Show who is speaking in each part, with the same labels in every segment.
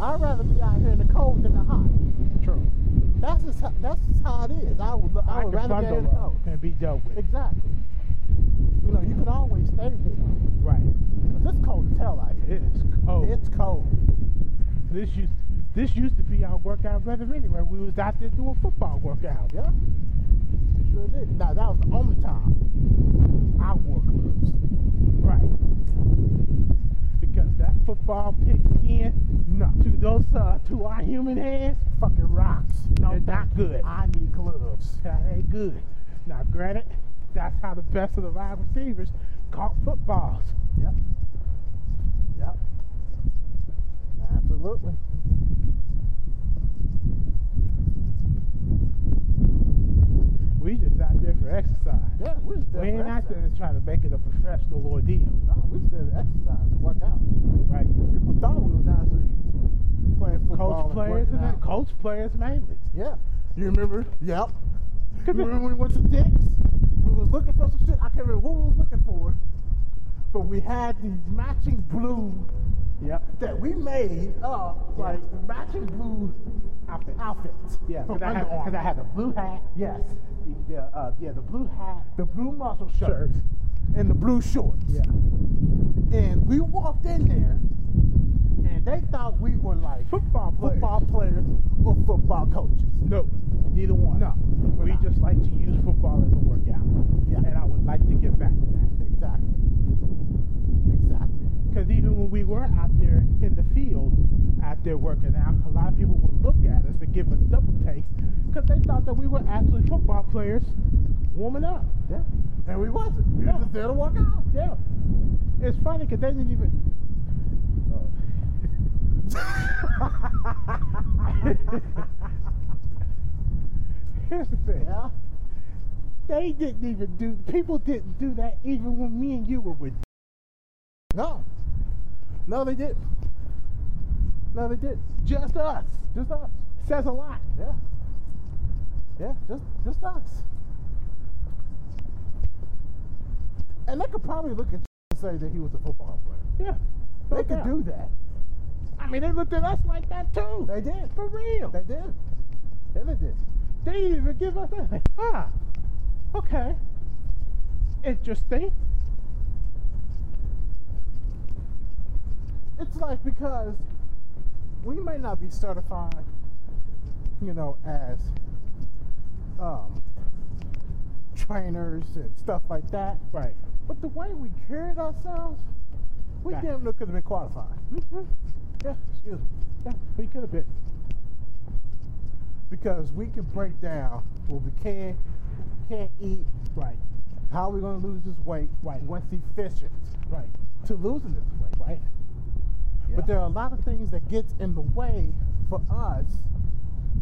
Speaker 1: I'd rather be out here in the cold than the hot.
Speaker 2: True.
Speaker 1: That's just how, that's just how it is. I would I would rather
Speaker 2: can
Speaker 1: be out
Speaker 2: bundle
Speaker 1: in the
Speaker 2: up
Speaker 1: cold.
Speaker 2: and be dealt with.
Speaker 1: Exactly. You know, you can always stay here.
Speaker 2: Right.
Speaker 1: But it's cold as hell out here.
Speaker 2: It is cold.
Speaker 1: It's cold.
Speaker 2: this used this used to be our workout brother anyway. We was out there doing football workout.
Speaker 1: Yeah. It sure did. Now that was the only time I wore gloves.
Speaker 2: Right. Because that football pigskin no. to those uh, to our human hands,
Speaker 1: Fucking rocks.
Speaker 2: They're not good.
Speaker 1: I need gloves.
Speaker 2: that ain't good. Now granted, that's how the best of the wide receivers caught footballs.
Speaker 1: Yep. Yep. Absolutely.
Speaker 2: We just out there for exercise.
Speaker 1: Yeah, we're just there
Speaker 2: We
Speaker 1: for
Speaker 2: ain't out there
Speaker 1: exercise.
Speaker 2: to try to make it a professional ordeal.
Speaker 1: No, we just did exercise and work out.
Speaker 2: Right.
Speaker 1: People thought we was actually playing football.
Speaker 2: Coach players
Speaker 1: and
Speaker 2: and
Speaker 1: working
Speaker 2: that
Speaker 1: out.
Speaker 2: coach players mainly.
Speaker 1: Yeah. You remember? Yep. You remember when we went to Dick's? We was looking for some shit. I can't remember what we was looking for. But we had these matching blue
Speaker 2: Yep.
Speaker 1: that we made up,
Speaker 2: Yeah.
Speaker 1: like matching blue
Speaker 2: Outfit.
Speaker 1: outfits.
Speaker 2: Yeah,
Speaker 1: from
Speaker 2: because I, had-
Speaker 1: Under
Speaker 2: 'cause I
Speaker 1: Armour.
Speaker 2: had the blue hat.
Speaker 1: Yes.
Speaker 2: The, the, uh, yeah, the blue hat.
Speaker 1: The blue muscle
Speaker 2: Shirt.
Speaker 1: shirt and the blue shorts. And we walked in there and they thought we were like
Speaker 2: Football players.
Speaker 1: football players or football coaches.
Speaker 2: No, neither one.
Speaker 1: No, we're
Speaker 2: We
Speaker 1: not.
Speaker 2: just like to use football as a workout.
Speaker 1: Yeah.
Speaker 2: And I would like to get back to that.
Speaker 1: Exactly. Exactly.
Speaker 2: Because even when we were out there in the field, out there working out, a lot of people would look at us and give us double takes because they thought that we were actually football players warming up.
Speaker 1: Yeah. And we wasn't. We
Speaker 2: No.
Speaker 1: was just there to work out.
Speaker 2: Yeah. It's funny because they didn't even. Oh. Here's the thing.
Speaker 1: Yeah.
Speaker 2: They didn't even do. People didn't do that even when me and you were with.
Speaker 1: No. No, they didn't. No, they didn't.
Speaker 2: Just us.
Speaker 1: Just us.
Speaker 2: Says a lot.
Speaker 1: Yeah. Yeah, just just us. And they could probably look at and say that he was a football player.
Speaker 2: Yeah.
Speaker 1: They could do that.
Speaker 2: I mean, they looked at us like that too.
Speaker 1: They did.
Speaker 2: For real.
Speaker 1: They did. Yeah, they did.
Speaker 2: They didn't even give us a. Huh. Okay. Interesting.
Speaker 1: It's like because we may not be certified, you know, as um, trainers and stuff like that.
Speaker 2: Right.
Speaker 1: But the way we carried ourselves, we
Speaker 2: Right.
Speaker 1: damn near could have been qualified.
Speaker 2: Mm-hmm.
Speaker 1: Yeah, excuse me.
Speaker 2: Yeah, we could have been.
Speaker 1: Because we can break down what we can, can't eat,
Speaker 2: Right.
Speaker 1: how we gonna lose this weight
Speaker 2: Right.
Speaker 1: once efficient
Speaker 2: Right.
Speaker 1: to losing this weight.
Speaker 2: Right.
Speaker 1: But there are a lot of things that gets in the way for us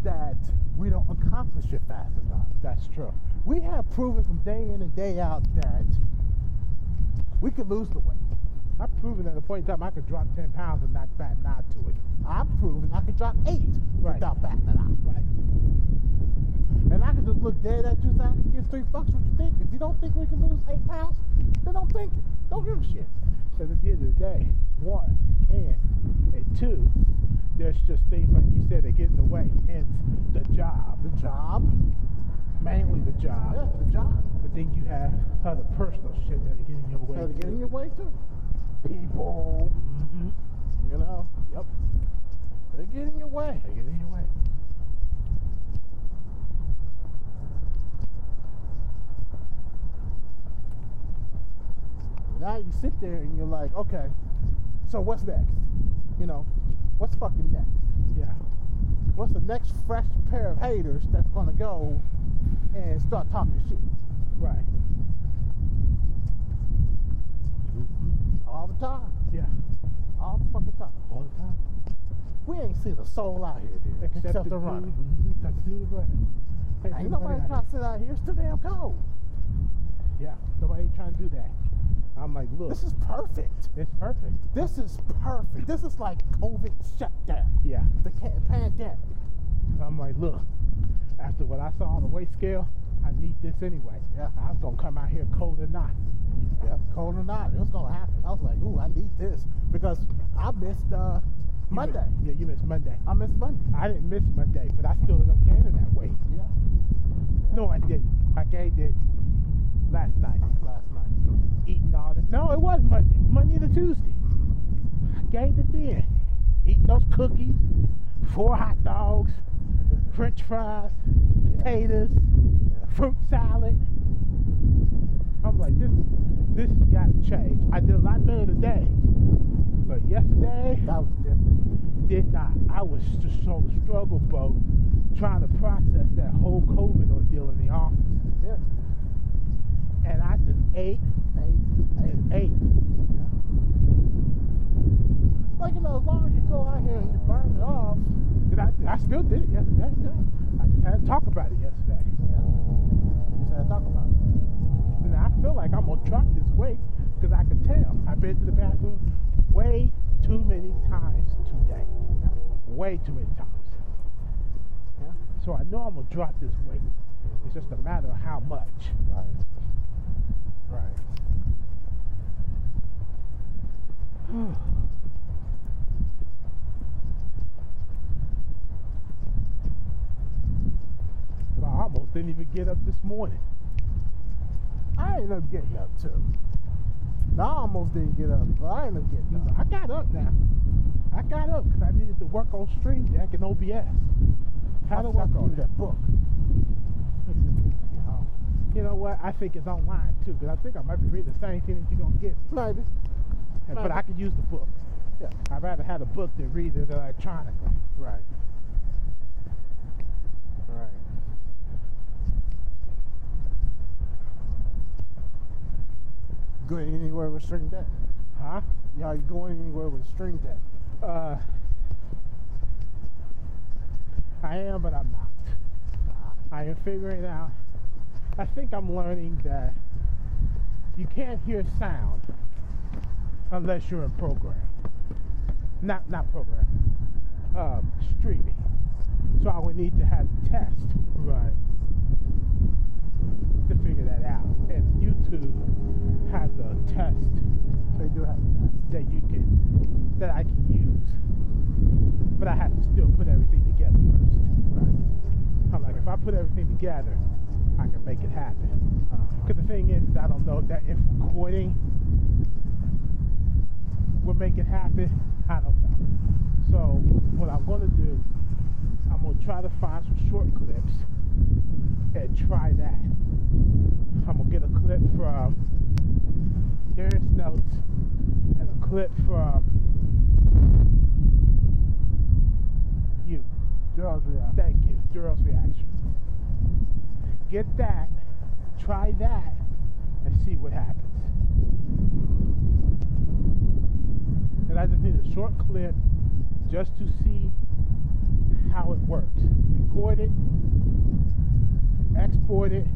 Speaker 1: that we don't accomplish it fast enough.
Speaker 2: That's true.
Speaker 1: We have proven from day in and day out that we could lose the weight.
Speaker 2: I've proven at a point in time I could drop 10 pounds and not bat an eye to it.
Speaker 1: I've proven I could drop eight
Speaker 2: Right.
Speaker 1: without backing it out.
Speaker 2: Right.
Speaker 1: And I could just look dead at you and say, I can give three fucks what you think. If you don't think we can lose eight pounds, then don't think it. Don't give a shit.
Speaker 2: Because at the end of the day, one, you can, and two, there's just things like you said that get in the way. Hence the job,
Speaker 1: The job.
Speaker 2: mainly the job.
Speaker 1: Yeah, the job.
Speaker 2: But then you have other personal shit that get in your way.
Speaker 1: Gotta get in your way too. People.
Speaker 2: Mm-hmm.
Speaker 1: You know?
Speaker 2: Yep.
Speaker 1: They get in your way.
Speaker 2: They get in your way.
Speaker 1: Now you sit there and you're like, okay, so what's next? You know, what's fucking next?
Speaker 2: Yeah.
Speaker 1: What's the next fresh pair of haters that's gonna go and start talking shit
Speaker 2: Right. Mm-hmm.
Speaker 1: all the time,
Speaker 2: Yeah.
Speaker 1: all the fucking time.
Speaker 2: All the time.
Speaker 1: We ain't seen a soul out here, dude, except, the runner.
Speaker 2: mm Except the dude running. Except
Speaker 1: Ain't
Speaker 2: the
Speaker 1: nobody
Speaker 2: runner.
Speaker 1: trying to sit out here. It's too damn cold.
Speaker 2: Yeah. Nobody ain't trying to do that. I'm like, look,
Speaker 1: This is perfect.
Speaker 2: it's perfect.
Speaker 1: This is perfect. This is like COVID shutdown,
Speaker 2: Yeah.
Speaker 1: the ca- pandemic.
Speaker 2: I'm like, look, after what I saw on the weight scale, I need this anyway.
Speaker 1: Yeah.
Speaker 2: I was gonna come out here cold or not.
Speaker 1: Yep, cold or not, it was gonna happen. I was like, ooh, I need this because I missed uh,
Speaker 2: You missed-
Speaker 1: Monday.
Speaker 2: yeah, you missed Monday.
Speaker 1: I missed Monday.
Speaker 2: I didn't miss Monday, but I still ended up gaining that weight.
Speaker 1: Yeah.
Speaker 2: No, I didn't. I gained it last night.
Speaker 1: Last night.
Speaker 2: Eating all this. No, it was Monday. Monday to Tuesday.
Speaker 1: Mm-hmm.
Speaker 2: I gained it then. Eating those cookies, four hot dogs, french fries, potatoes, fruit salad. I'm like, this this has got to change. I did a lot better today. But yesterday,
Speaker 1: That was different.
Speaker 2: did not. I was just on the struggle boat trying to process that whole COVID ordeal in the office.
Speaker 1: Yeah.
Speaker 2: And I just ate
Speaker 1: Hey, hey.
Speaker 2: and ate.
Speaker 1: Like, you know, as long as you go out here and you burn it off,
Speaker 2: Did I, I still did it yesterday. I just had to talk about it yesterday.
Speaker 1: you said talk about it.
Speaker 2: And I feel like I'm going to drop this weight because I could tell. I've been to the bathroom way too many times today. Way too many times.
Speaker 1: Yeah.
Speaker 2: So I know I'm going to drop this weight. It's just a matter of how much.
Speaker 1: Right. Right.
Speaker 2: But I almost didn't even get up this morning.
Speaker 1: I ended up getting up too. I almost didn't get up, but I ended up getting
Speaker 2: No,
Speaker 1: up.
Speaker 2: I got up now. I got up because I needed to work on Stream Deck and OBS. How do
Speaker 1: forgot
Speaker 2: I
Speaker 1: to
Speaker 2: do
Speaker 1: do
Speaker 2: that?
Speaker 1: that book?
Speaker 2: You know what? I think it's online too because I think I might be reading the same thing that you're going to get.
Speaker 1: Maybe.
Speaker 2: And- But I could use the book.
Speaker 1: Yeah.
Speaker 2: I'd rather have a book than read it electronically.
Speaker 1: Right. Right. Going anywhere with string deck?
Speaker 2: Huh?
Speaker 1: Yeah, you going anywhere with string deck?
Speaker 2: Uh, I am, but I'm not. I am figuring out. I think I'm learning that you can't hear sound unless you're in program. Not not program. Um, streaming. So I would need to have test
Speaker 1: Right.
Speaker 2: to figure that out. And YouTube has a test
Speaker 1: They do have that.
Speaker 2: that you can that I can use. But I have to still put everything together first.
Speaker 1: Right.
Speaker 2: I'm like, if I put everything together, I can make it happen.
Speaker 1: Uh-huh.
Speaker 2: Because the thing is, is I don't know that if recording will make it happen. I don't know. So what I'm gonna do, I'm gonna try to find some short clips and try that. I'm gonna get a clip from Darius Notes and a clip from you.
Speaker 1: Girls react.
Speaker 2: Thank you. Girl's reaction. Get that. Try that. And see what happens. And I just need a short clip just to see how it works. Record it, export it,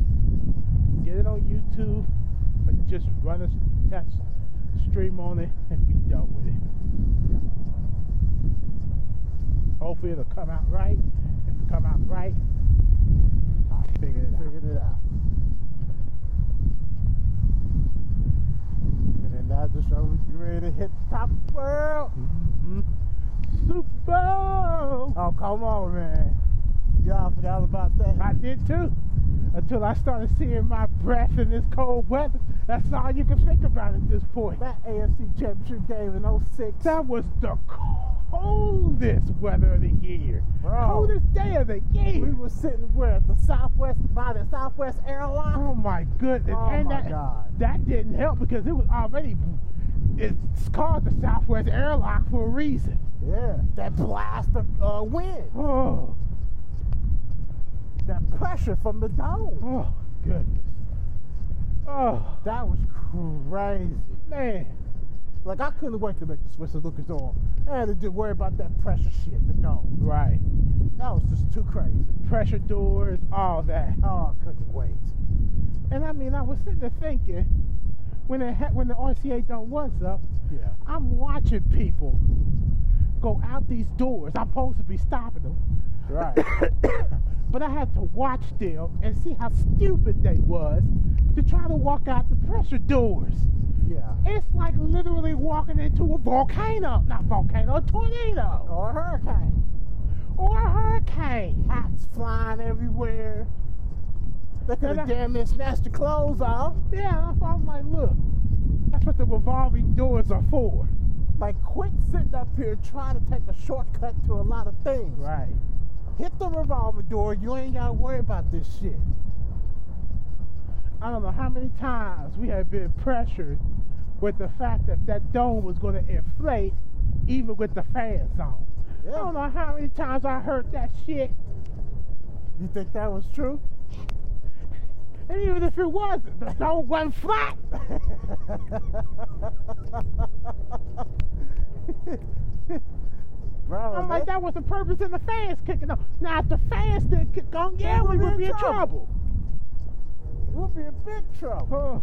Speaker 2: get it on YouTube, but just run a s- test stream on it and be done with it. Hopefully it'll come out right. If it come out right, I'll figure it out.
Speaker 1: Figured it out. And then that's the show. You ready to hit the top world?
Speaker 2: Mhm. Super Bowl!
Speaker 1: Oh, come on, man. Y'all forgot about that.
Speaker 2: I did too. Until I started seeing my breath in this cold weather. That's all you can think about at this point.
Speaker 1: That AFC Championship game in 06.
Speaker 2: That was the coldest weather of the year.
Speaker 1: Bro.
Speaker 2: Coldest day of the year.
Speaker 1: We were sitting where? At the Southwest, by the Southwest Airlines?
Speaker 2: oh my goodness.
Speaker 1: Oh
Speaker 2: and
Speaker 1: my
Speaker 2: that,
Speaker 1: God.
Speaker 2: that didn't help because it was already, it's called the Southwest Airlock for a reason.
Speaker 1: Yeah. That blast of uh, wind.
Speaker 2: Oh,
Speaker 1: That pressure from the dome.
Speaker 2: oh, goodness. Oh,
Speaker 1: That was crazy.
Speaker 2: man.
Speaker 1: Like, I couldn't wait to make the Swiss Lucas on. I had to just worry about that pressure shit, the dome.
Speaker 2: Right.
Speaker 1: That was just too crazy.
Speaker 2: pressure doors, all that.
Speaker 1: Oh, I couldn't wait.
Speaker 2: And I mean, I was sitting there thinking, when it ha- when the RCA done was up,
Speaker 1: Yeah.
Speaker 2: I'm watching people go out these doors. I'm supposed to be stopping them,
Speaker 1: Right.
Speaker 2: but I had to watch them and see how stupid they was to try to walk out the pressure doors.
Speaker 1: Yeah.
Speaker 2: It's like literally walking into a volcano, not volcano, a tornado
Speaker 1: Or Oh, a hurricane.
Speaker 2: or a hurricane.
Speaker 1: Hats flying everywhere. They could
Speaker 2: Then I-
Speaker 1: have damn near snatched the clothes off.
Speaker 2: Yeah, I'm- I'm like, look, that's what the revolving doors are for.
Speaker 1: Like, quit sitting up here trying to take a shortcut to a lot of things.
Speaker 2: Right.
Speaker 1: Hit the revolver door. You ain't got to worry about this shit.
Speaker 2: I don't know how many times we have been pressured with the fact that that dome was going to inflate even with the fans on. I don't know how many times I heard that shit,
Speaker 1: You think that was true?
Speaker 2: and even if it wasn't, the dome wasn't flat.
Speaker 1: Bro,
Speaker 2: I'm like,
Speaker 1: that-
Speaker 2: that was the purpose of the fans kicking on. Now, if the fans didn't kick on, yeah, we would be in trouble.
Speaker 1: we'll be in big trouble.
Speaker 2: Oh.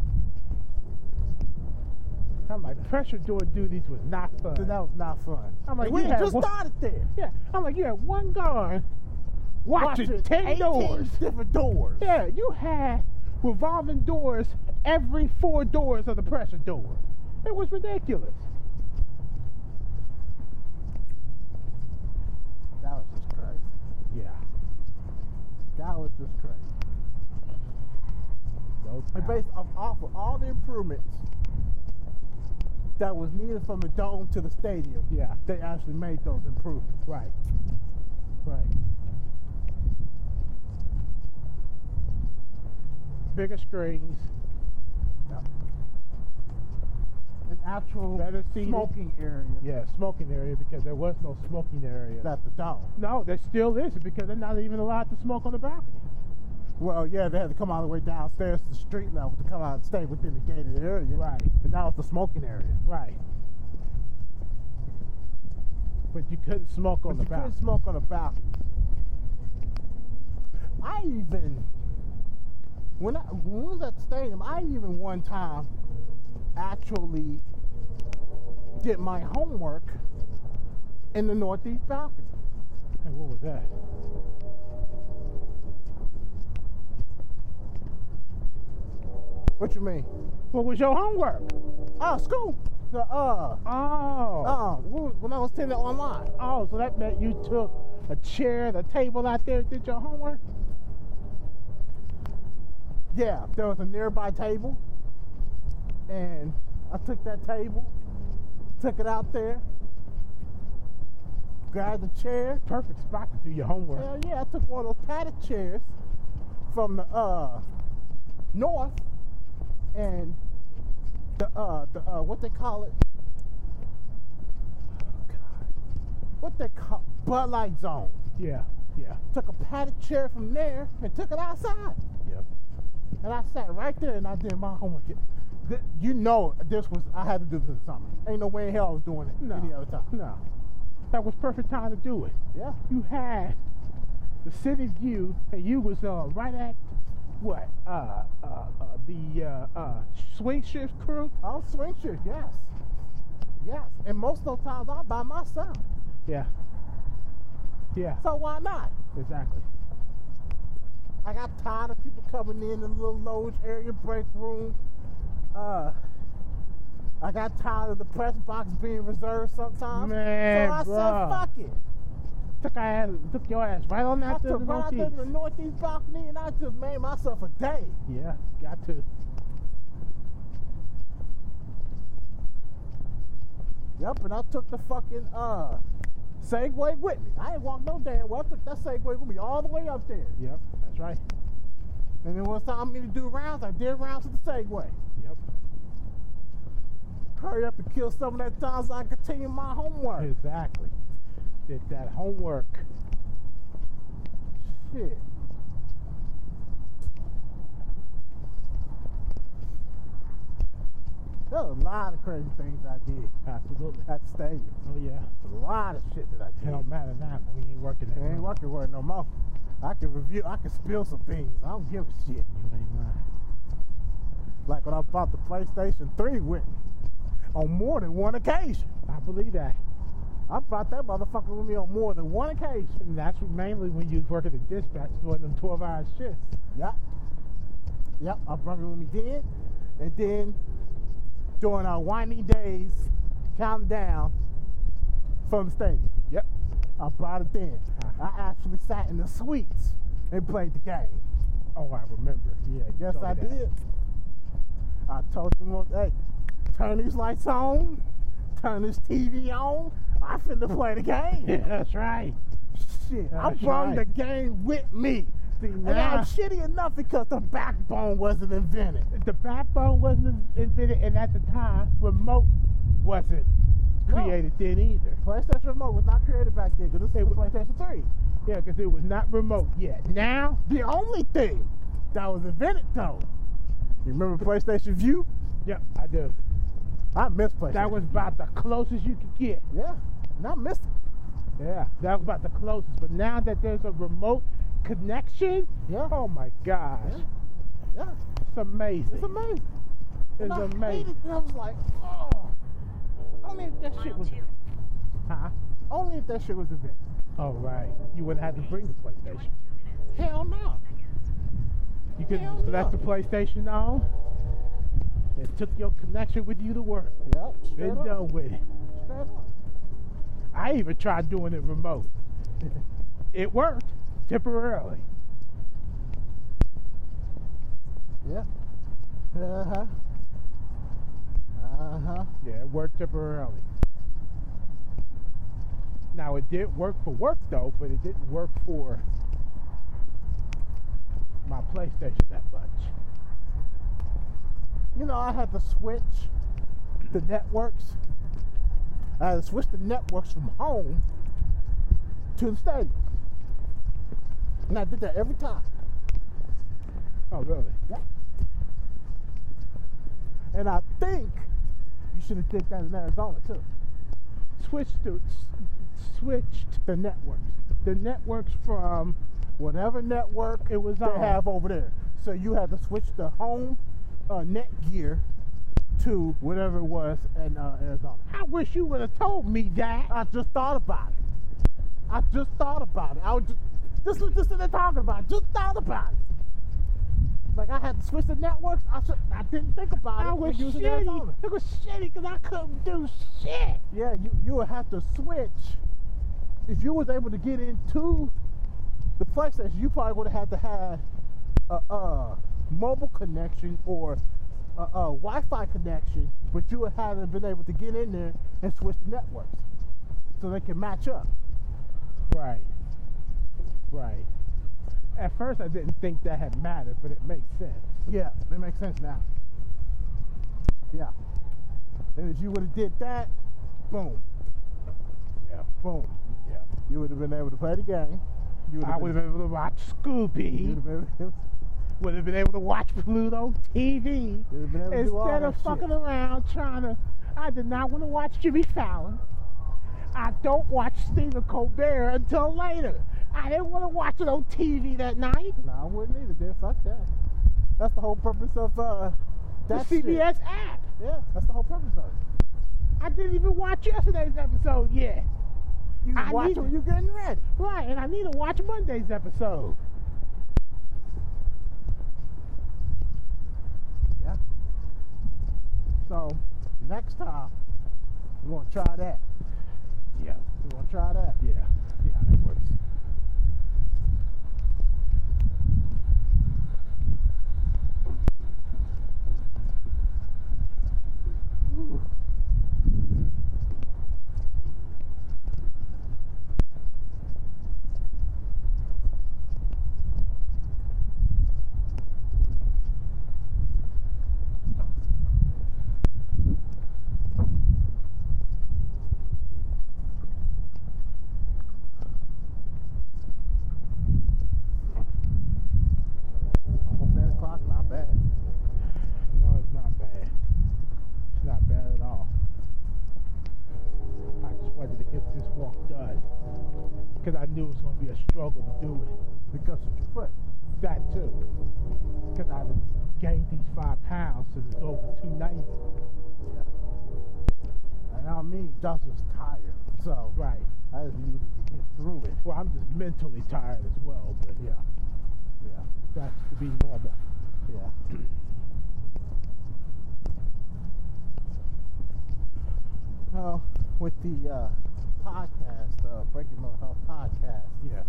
Speaker 2: I'm like, pressure door duties was not fun.
Speaker 1: So that was not fun.
Speaker 2: I'm like,
Speaker 1: And we
Speaker 2: you had
Speaker 1: just
Speaker 2: one-
Speaker 1: started there.
Speaker 2: Yeah, I'm like, you had one guard watching,
Speaker 1: Watching
Speaker 2: 10
Speaker 1: 18
Speaker 2: doors.
Speaker 1: different doors.
Speaker 2: Yeah, you had revolving doors every four doors of the pressure door. It was ridiculous.
Speaker 1: That was just crazy.
Speaker 2: Yeah.
Speaker 1: That was just crazy. And based off, off of all the improvements that was needed from the dome to the stadium,
Speaker 2: Yeah.
Speaker 1: they actually made those improvements.
Speaker 2: Right. Right. Bigger screens,
Speaker 1: An actual
Speaker 2: better seating.
Speaker 1: smoking area
Speaker 2: Yeah, smoking area because there was no smoking area.
Speaker 1: at the dome.
Speaker 2: no, there still isn't because they're not even allowed to smoke on the balcony.
Speaker 1: Well, yeah, they had to come all the way downstairs to the street level to come out and stay within the gated area.
Speaker 2: Right.
Speaker 1: And that was the smoking area.
Speaker 2: Right. But you couldn't smoke on
Speaker 1: But
Speaker 2: the
Speaker 1: you couldn't
Speaker 2: balcony.
Speaker 1: smoke on the balcony. I even when I when we was at the stadium, I even one time actually did my homework in the northeast balcony.
Speaker 2: Hey, what was that?
Speaker 1: What you mean?
Speaker 2: What was your homework?
Speaker 1: Oh, school. The uh
Speaker 2: Oh.
Speaker 1: uh we was- when I was attending online.
Speaker 2: Oh, so that meant you took a chair, the table out there, and did your homework?
Speaker 1: Yeah, there was a nearby table, and I took that table, took it out there, grabbed the chair.
Speaker 2: Perfect spot to do your homework.
Speaker 1: Hell yeah, I took one of those padded chairs from the uh north and the uh the uh what they call it? What they call Bud Light Zone.
Speaker 2: Yeah, yeah,
Speaker 1: Took a padded chair from there and took it outside.
Speaker 2: yeah.
Speaker 1: And I sat right there and I did my homework. Th- You know, this was I had to do this in the summer. Ain't no way in hell I was doing it
Speaker 2: No.
Speaker 1: any other time.
Speaker 2: No. That was perfect time to do it.
Speaker 1: Yeah,
Speaker 2: You had the city view, and you was uh, right at what? Uh, uh, uh, the uh, uh, swing shift crew?
Speaker 1: I was swing shift. Yes, yes. And most of those times I'm by myself,
Speaker 2: Yeah. Yeah,
Speaker 1: so why not?
Speaker 2: exactly.
Speaker 1: I got tired of people coming in the little lounge area break room. Uh, I got tired of the press box being reserved sometimes.
Speaker 2: Man,
Speaker 1: so I
Speaker 2: bruh.
Speaker 1: said, fuck it.
Speaker 2: Took, our ass, took your ass right on
Speaker 1: I
Speaker 2: that
Speaker 1: took right out there to the northeast balcony and I just made myself a day.
Speaker 2: Yeah, got to.
Speaker 1: Yep, and I took the fucking uh Segway with me. I ain't walked no damn well. I took that Segway with me all the way up there.
Speaker 2: Yep, that's right.
Speaker 1: And then when it's time for me to do rounds, I did rounds with the Segway.
Speaker 2: Yep.
Speaker 1: Hurry up and kill some of that time so I can continue my homework.
Speaker 2: Exactly. Did that homework.
Speaker 1: Shit. There was a lot of crazy things I did
Speaker 2: Absolutely.
Speaker 1: at the stadium.
Speaker 2: Oh yeah.
Speaker 1: A lot of shit that I
Speaker 2: It
Speaker 1: did.
Speaker 2: don't matter now. We ain't working
Speaker 1: It
Speaker 2: that.
Speaker 1: ain't working for it no more. I can review, I can spill some things. I don't give a shit.
Speaker 2: You ain't lying.
Speaker 1: Like when I bought the PlayStation 3 with me on more than one occasion.
Speaker 2: I believe that.
Speaker 1: I brought that motherfucker with me on more than one occasion.
Speaker 2: And that's mainly when you was working the dispatch doing them twelve hour shifts.
Speaker 1: Yep. Yep, I brought it with me then. And then during our winding days, counting down from the stadium.
Speaker 2: Yep.
Speaker 1: I brought it in. I actually sat in the suites and played the game.
Speaker 2: Oh, I remember. Yeah. you
Speaker 1: Yes,
Speaker 2: told
Speaker 1: I
Speaker 2: me that.
Speaker 1: did. I told them, well, hey, turn these lights on, turn this TV on. I finna play the
Speaker 2: Yeah,
Speaker 1: game.
Speaker 2: that's right.
Speaker 1: Shit, I
Speaker 2: That's
Speaker 1: brought
Speaker 2: right.
Speaker 1: the game with me.
Speaker 2: See,
Speaker 1: And
Speaker 2: now-
Speaker 1: I'm shitty enough because the backbone wasn't invented.
Speaker 2: The backbone wasn't invented, and at the time, remote wasn't
Speaker 1: No.
Speaker 2: created then either.
Speaker 1: PlayStation Remote was not created back then because this is the PlayStation 3.
Speaker 2: Yeah, because it was not remote yet. Now,
Speaker 1: The only thing that was invented, though, you remember PlayStation View?
Speaker 2: yep, I do.
Speaker 1: I miss PlayStation.
Speaker 2: That was about the closest you could get.
Speaker 1: yeah, and I missed it.
Speaker 2: Yeah, that was about the closest. But now that there's a remote connection,
Speaker 1: Yeah.
Speaker 2: oh my gosh,
Speaker 1: Yeah. Yeah,
Speaker 2: it's amazing.
Speaker 1: it's amazing.
Speaker 2: It's
Speaker 1: And I hated
Speaker 2: amazing.
Speaker 1: it. I was like, oh,
Speaker 2: Only if that shit was. Huh?
Speaker 1: only if that shit was invented.
Speaker 2: All right, you wouldn't have to bring the PlayStation.
Speaker 1: Hell no.
Speaker 2: You could
Speaker 1: Hell
Speaker 2: just left
Speaker 1: no.
Speaker 2: the PlayStation on. and took your connection with you to work.
Speaker 1: Yep. Straight
Speaker 2: Been
Speaker 1: up.
Speaker 2: done with it.
Speaker 1: Straight up.
Speaker 2: I even tried doing it remote. it worked temporarily.
Speaker 1: Yeah. Uh huh. Uh huh.
Speaker 2: Yeah, it worked temporarily. Now it did work for work though, but it didn't work for my PlayStation that much.
Speaker 1: You know, I had to switch the networks. I had to switch the networks from home to the stadium. And I did that every time.
Speaker 2: Oh really?
Speaker 1: And I think you should have did that in Arizona too.
Speaker 2: Switched to s- switched
Speaker 1: The networks.
Speaker 2: the networks from
Speaker 1: Whatever network
Speaker 2: it was
Speaker 1: they
Speaker 2: on.
Speaker 1: have over there. So you had to switch the home uh, net gear to whatever it was in uh, Arizona.
Speaker 2: I wish you would have told me that.
Speaker 1: I just thought about it. I just thought about it. I was just this was just what they're talking about. Just thought about it. Like I had to switch the networks. I should, I didn't think about it.
Speaker 2: I was
Speaker 1: using
Speaker 2: shitty. It was shitty because I couldn't do shit.
Speaker 1: Yeah, you you would have to switch. If you was able to get into the PlayStation, you probably would have had to have a, uh mobile connection or a, a Wi-Fi connection, but you would haven't been able to get in there and switch the networks so they can match up.
Speaker 2: Right. Right. At first, I didn't think that had mattered, but it makes sense.
Speaker 1: Yeah, that makes sense now. Yeah, and if you would have did that, boom,
Speaker 2: Yeah.
Speaker 1: boom,
Speaker 2: Yeah.
Speaker 1: you would have been able to play the game. You
Speaker 2: I would have been able to watch
Speaker 1: You
Speaker 2: Scooby.
Speaker 1: would have been.
Speaker 2: Would have been able to watch Pluto TV
Speaker 1: You would've been able to do all
Speaker 2: instead of
Speaker 1: that shit.
Speaker 2: fucking around trying to. I did not want to watch Jimmy Fallon. I don't watch Stephen Colbert until later. I didn't want to watch it on TV that night.
Speaker 1: No, I wouldn't either, dude. Fuck that. That's the whole purpose of uh that
Speaker 2: the
Speaker 1: shit.
Speaker 2: CBS app.
Speaker 1: Yeah, that's the whole purpose of it.
Speaker 2: I didn't even watch yesterday's episode yet.
Speaker 1: You
Speaker 2: I
Speaker 1: watch
Speaker 2: need-
Speaker 1: when you're getting ready.
Speaker 2: Right, and I need to watch Monday's episode.
Speaker 1: Yeah. So next time we gonna try that.
Speaker 2: Yeah.
Speaker 1: We gonna try that.
Speaker 2: Yeah, yeah, that works.
Speaker 1: Ooh. Almost eight o'clock, not bad.
Speaker 2: No, it's not bad. It's not bad at all. I just wanted to get this walk done because I knew it was going to be a struggle to do it.
Speaker 1: Because of your foot.
Speaker 2: That too, because I done gained these five pounds since it's over 290.
Speaker 1: And I mean, Josh was tired, so
Speaker 2: Right.
Speaker 1: I just needed to get through it.
Speaker 2: Well, I'm just mentally tired as well, but
Speaker 1: Yeah, yeah,
Speaker 2: that's to be normal.
Speaker 1: yeah. uh, with the uh, podcast, uh, Breaking Mental Health podcast,
Speaker 2: Yeah.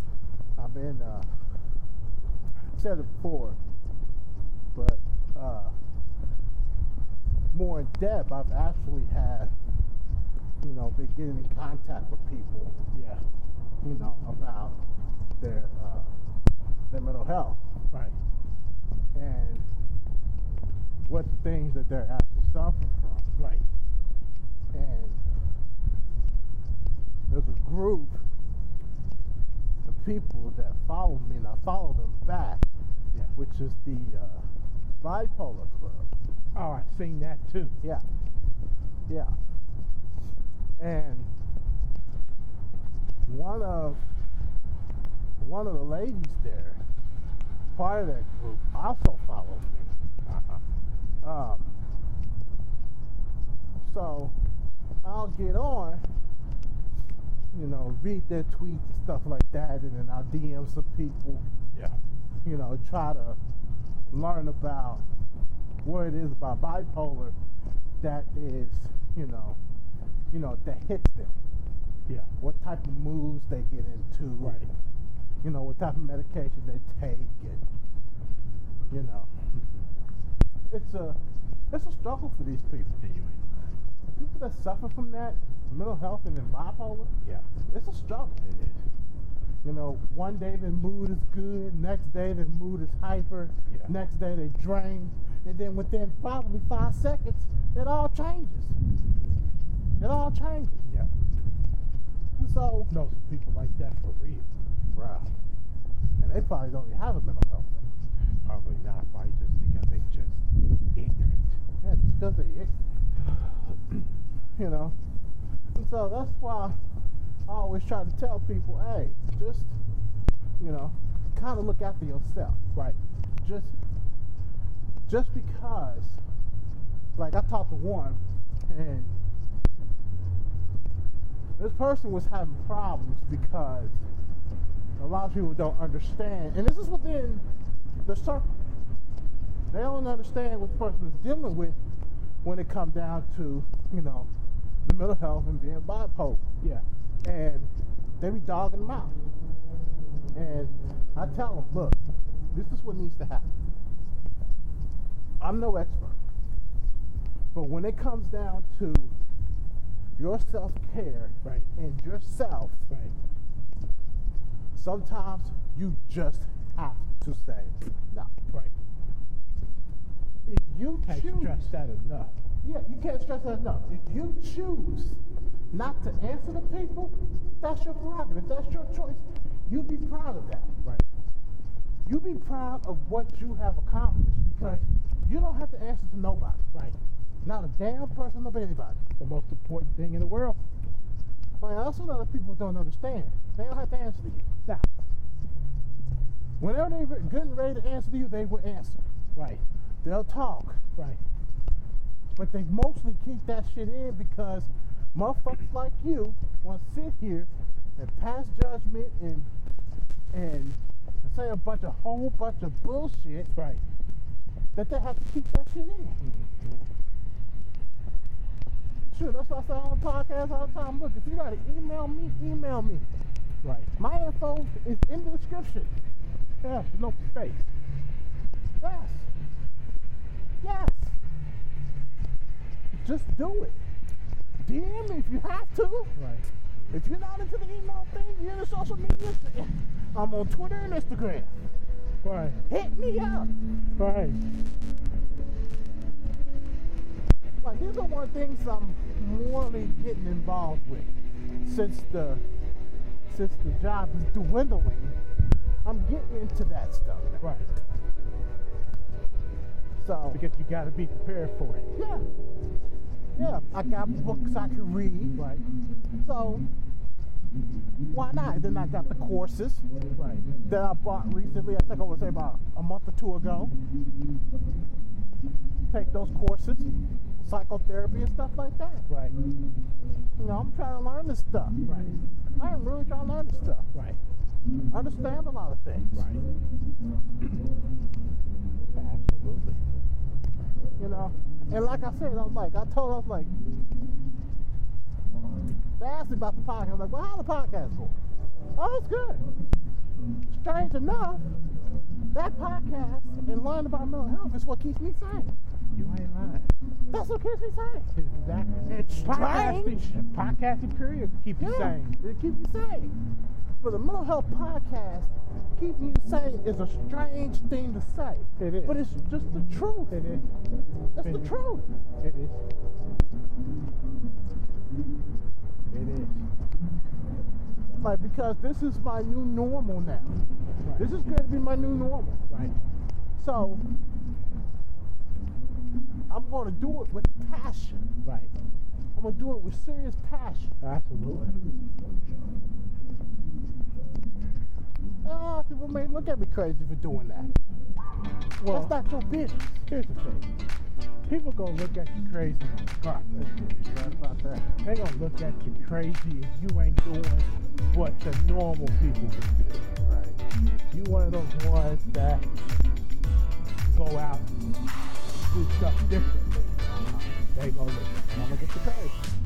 Speaker 1: I've been uh, said it before, but uh, more in depth, I've actually had you know been getting in contact with people,
Speaker 2: Yeah.
Speaker 1: you know, about their uh, their mental health
Speaker 2: Right.
Speaker 1: and what the things that they're actually suffering from.
Speaker 2: Right.
Speaker 1: and there's a group of people that follow me, and I follow them back,
Speaker 2: Yeah.
Speaker 1: which is the uh, Bipolar Club.
Speaker 2: Oh, I seen that too.
Speaker 1: Yeah, yeah. And one of one of the ladies there, part of that group, also follows me.
Speaker 2: Uh-huh.
Speaker 1: Um, so I'll get on, you know, read their tweets and stuff like that, and then I'll DM some people,
Speaker 2: Yeah.
Speaker 1: you know, try to learn about what it is about bipolar that is, you know, you know, that hits them.
Speaker 2: Yeah.
Speaker 1: What type of moods they get into.
Speaker 2: Right.
Speaker 1: You know, what type of medication they take and you know.
Speaker 2: Mm-hmm.
Speaker 1: It's a it's a struggle for these people.
Speaker 2: Yeah, you ain't
Speaker 1: people that suffer from that mental health and then bipolar,
Speaker 2: lying.
Speaker 1: it's a struggle.
Speaker 2: Yeah. It is.
Speaker 1: You know, one day their mood is good, next day their mood is hyper,
Speaker 2: Yeah.
Speaker 1: next day they drain, and then within probably five seconds, it all changes. It all changes.
Speaker 2: Yeah.
Speaker 1: So,
Speaker 2: Know some people like that for real.
Speaker 1: bruh, and they probably don't even have a mental health thing.
Speaker 2: Probably not. Probably just because they just ignorant.
Speaker 1: Yeah, it's because they ignorant. you know. And so that's why I always try to tell people, hey, just you know, kind of look after yourself.
Speaker 2: Right.
Speaker 1: Just just because like I talked to one and this person was having problems because a lot of people don't understand and this is within the circle. They don't understand what the person is dealing with when it comes down to, you know, the mental health and being bipolar
Speaker 2: Yeah.
Speaker 1: and they be dogging them out. And I tell them, look, this is what needs to happen. I'm no expert, but when it comes down to your self care
Speaker 2: Right.
Speaker 1: and yourself,
Speaker 2: Right.
Speaker 1: sometimes you just have to say no.
Speaker 2: Right.
Speaker 1: If you
Speaker 2: Can't
Speaker 1: choose,
Speaker 2: stress that enough.
Speaker 1: yeah, you can't stress that enough. If you choose not to answer the people, that's your prerogative. That's your choice. You be proud of that.
Speaker 2: Right.
Speaker 1: you be proud of what you have accomplished because
Speaker 2: Right.
Speaker 1: you don't have to answer to nobody.
Speaker 2: Right.
Speaker 1: Not a damn person, nobody, anybody.
Speaker 2: The most important thing in the world.
Speaker 1: Like, that's what other people don't understand. They don't have to answer to you.
Speaker 2: Now.
Speaker 1: Whenever they're getting ready to answer to you, they will answer.
Speaker 2: Right.
Speaker 1: They'll talk.
Speaker 2: Right.
Speaker 1: But they mostly keep that shit in because motherfuckers like you want to sit here and pass judgment and and say a bunch of whole bunch of bullshit
Speaker 2: Right. Mm-hmm.
Speaker 1: that they have to keep that shit in. Sure, that's what I say on the podcast all the time. Look, if you gotta email me, email me.
Speaker 2: Right.
Speaker 1: My info is in the description.
Speaker 2: Yeah. No space.
Speaker 1: Yes. Yes. Just do it. DM me if you have to.
Speaker 2: Right.
Speaker 1: If you're not into the email thing, you're into social media. I'm on Twitter and Instagram.
Speaker 2: Right.
Speaker 1: Hit me up.
Speaker 2: Right.
Speaker 1: Like these are one of the things I'm morally getting involved with since the since the job is dwindling. I'm getting into that stuff. now.
Speaker 2: Right.
Speaker 1: So
Speaker 2: Because you got to be prepared for it.
Speaker 1: yeah, yeah, I got books I can read.
Speaker 2: Right.
Speaker 1: So why not? Then I got the courses
Speaker 2: Right.
Speaker 1: that I bought recently. I think I would say about a month or two ago. Take those courses, psychotherapy and stuff like that.
Speaker 2: Right.
Speaker 1: You know, I'm trying to learn this stuff.
Speaker 2: Right.
Speaker 1: I am really trying to learn this stuff.
Speaker 2: Right.
Speaker 1: Understand a lot of things.
Speaker 2: Right. Absolutely.
Speaker 1: You know? And like I said, I'm like, I told her, I was like, They asked me about the podcast. I'm like, well, how the podcast going? Oh, it's good. Strange enough, that podcast and learning about mental health is what keeps me sane.
Speaker 2: You ain't lying.
Speaker 1: That's what keeps me sane.
Speaker 2: Exactly.
Speaker 1: It's
Speaker 2: podcasting,
Speaker 1: strange.
Speaker 2: podcasting period keep you
Speaker 1: Yeah,
Speaker 2: sane.
Speaker 1: it keeps you sane. But the mental health podcast, keeping you sane is a strange thing to say.
Speaker 2: It is.
Speaker 1: But it's just the truth.
Speaker 2: It is.
Speaker 1: That's the
Speaker 2: It is.
Speaker 1: truth.
Speaker 2: It is. It is.
Speaker 1: Like because this is my new normal now.
Speaker 2: Right.
Speaker 1: This is going to be my new normal.
Speaker 2: right.
Speaker 1: So I'm going to do it with passion.
Speaker 2: Right.
Speaker 1: I'm going to do it with serious passion.
Speaker 2: Absolutely.
Speaker 1: And a lot of Ah, people may look at me crazy for doing that.
Speaker 2: Well-
Speaker 1: That's not your business.
Speaker 2: Here's the thing. People gonna look at you crazy regardless.
Speaker 1: about that.
Speaker 2: They gonna look at you crazy if you ain't doing what the normal people would do.
Speaker 1: Right.
Speaker 2: You one of those ones that go out do stuff differently. They gonna look at you.
Speaker 1: I'm going to get the pay.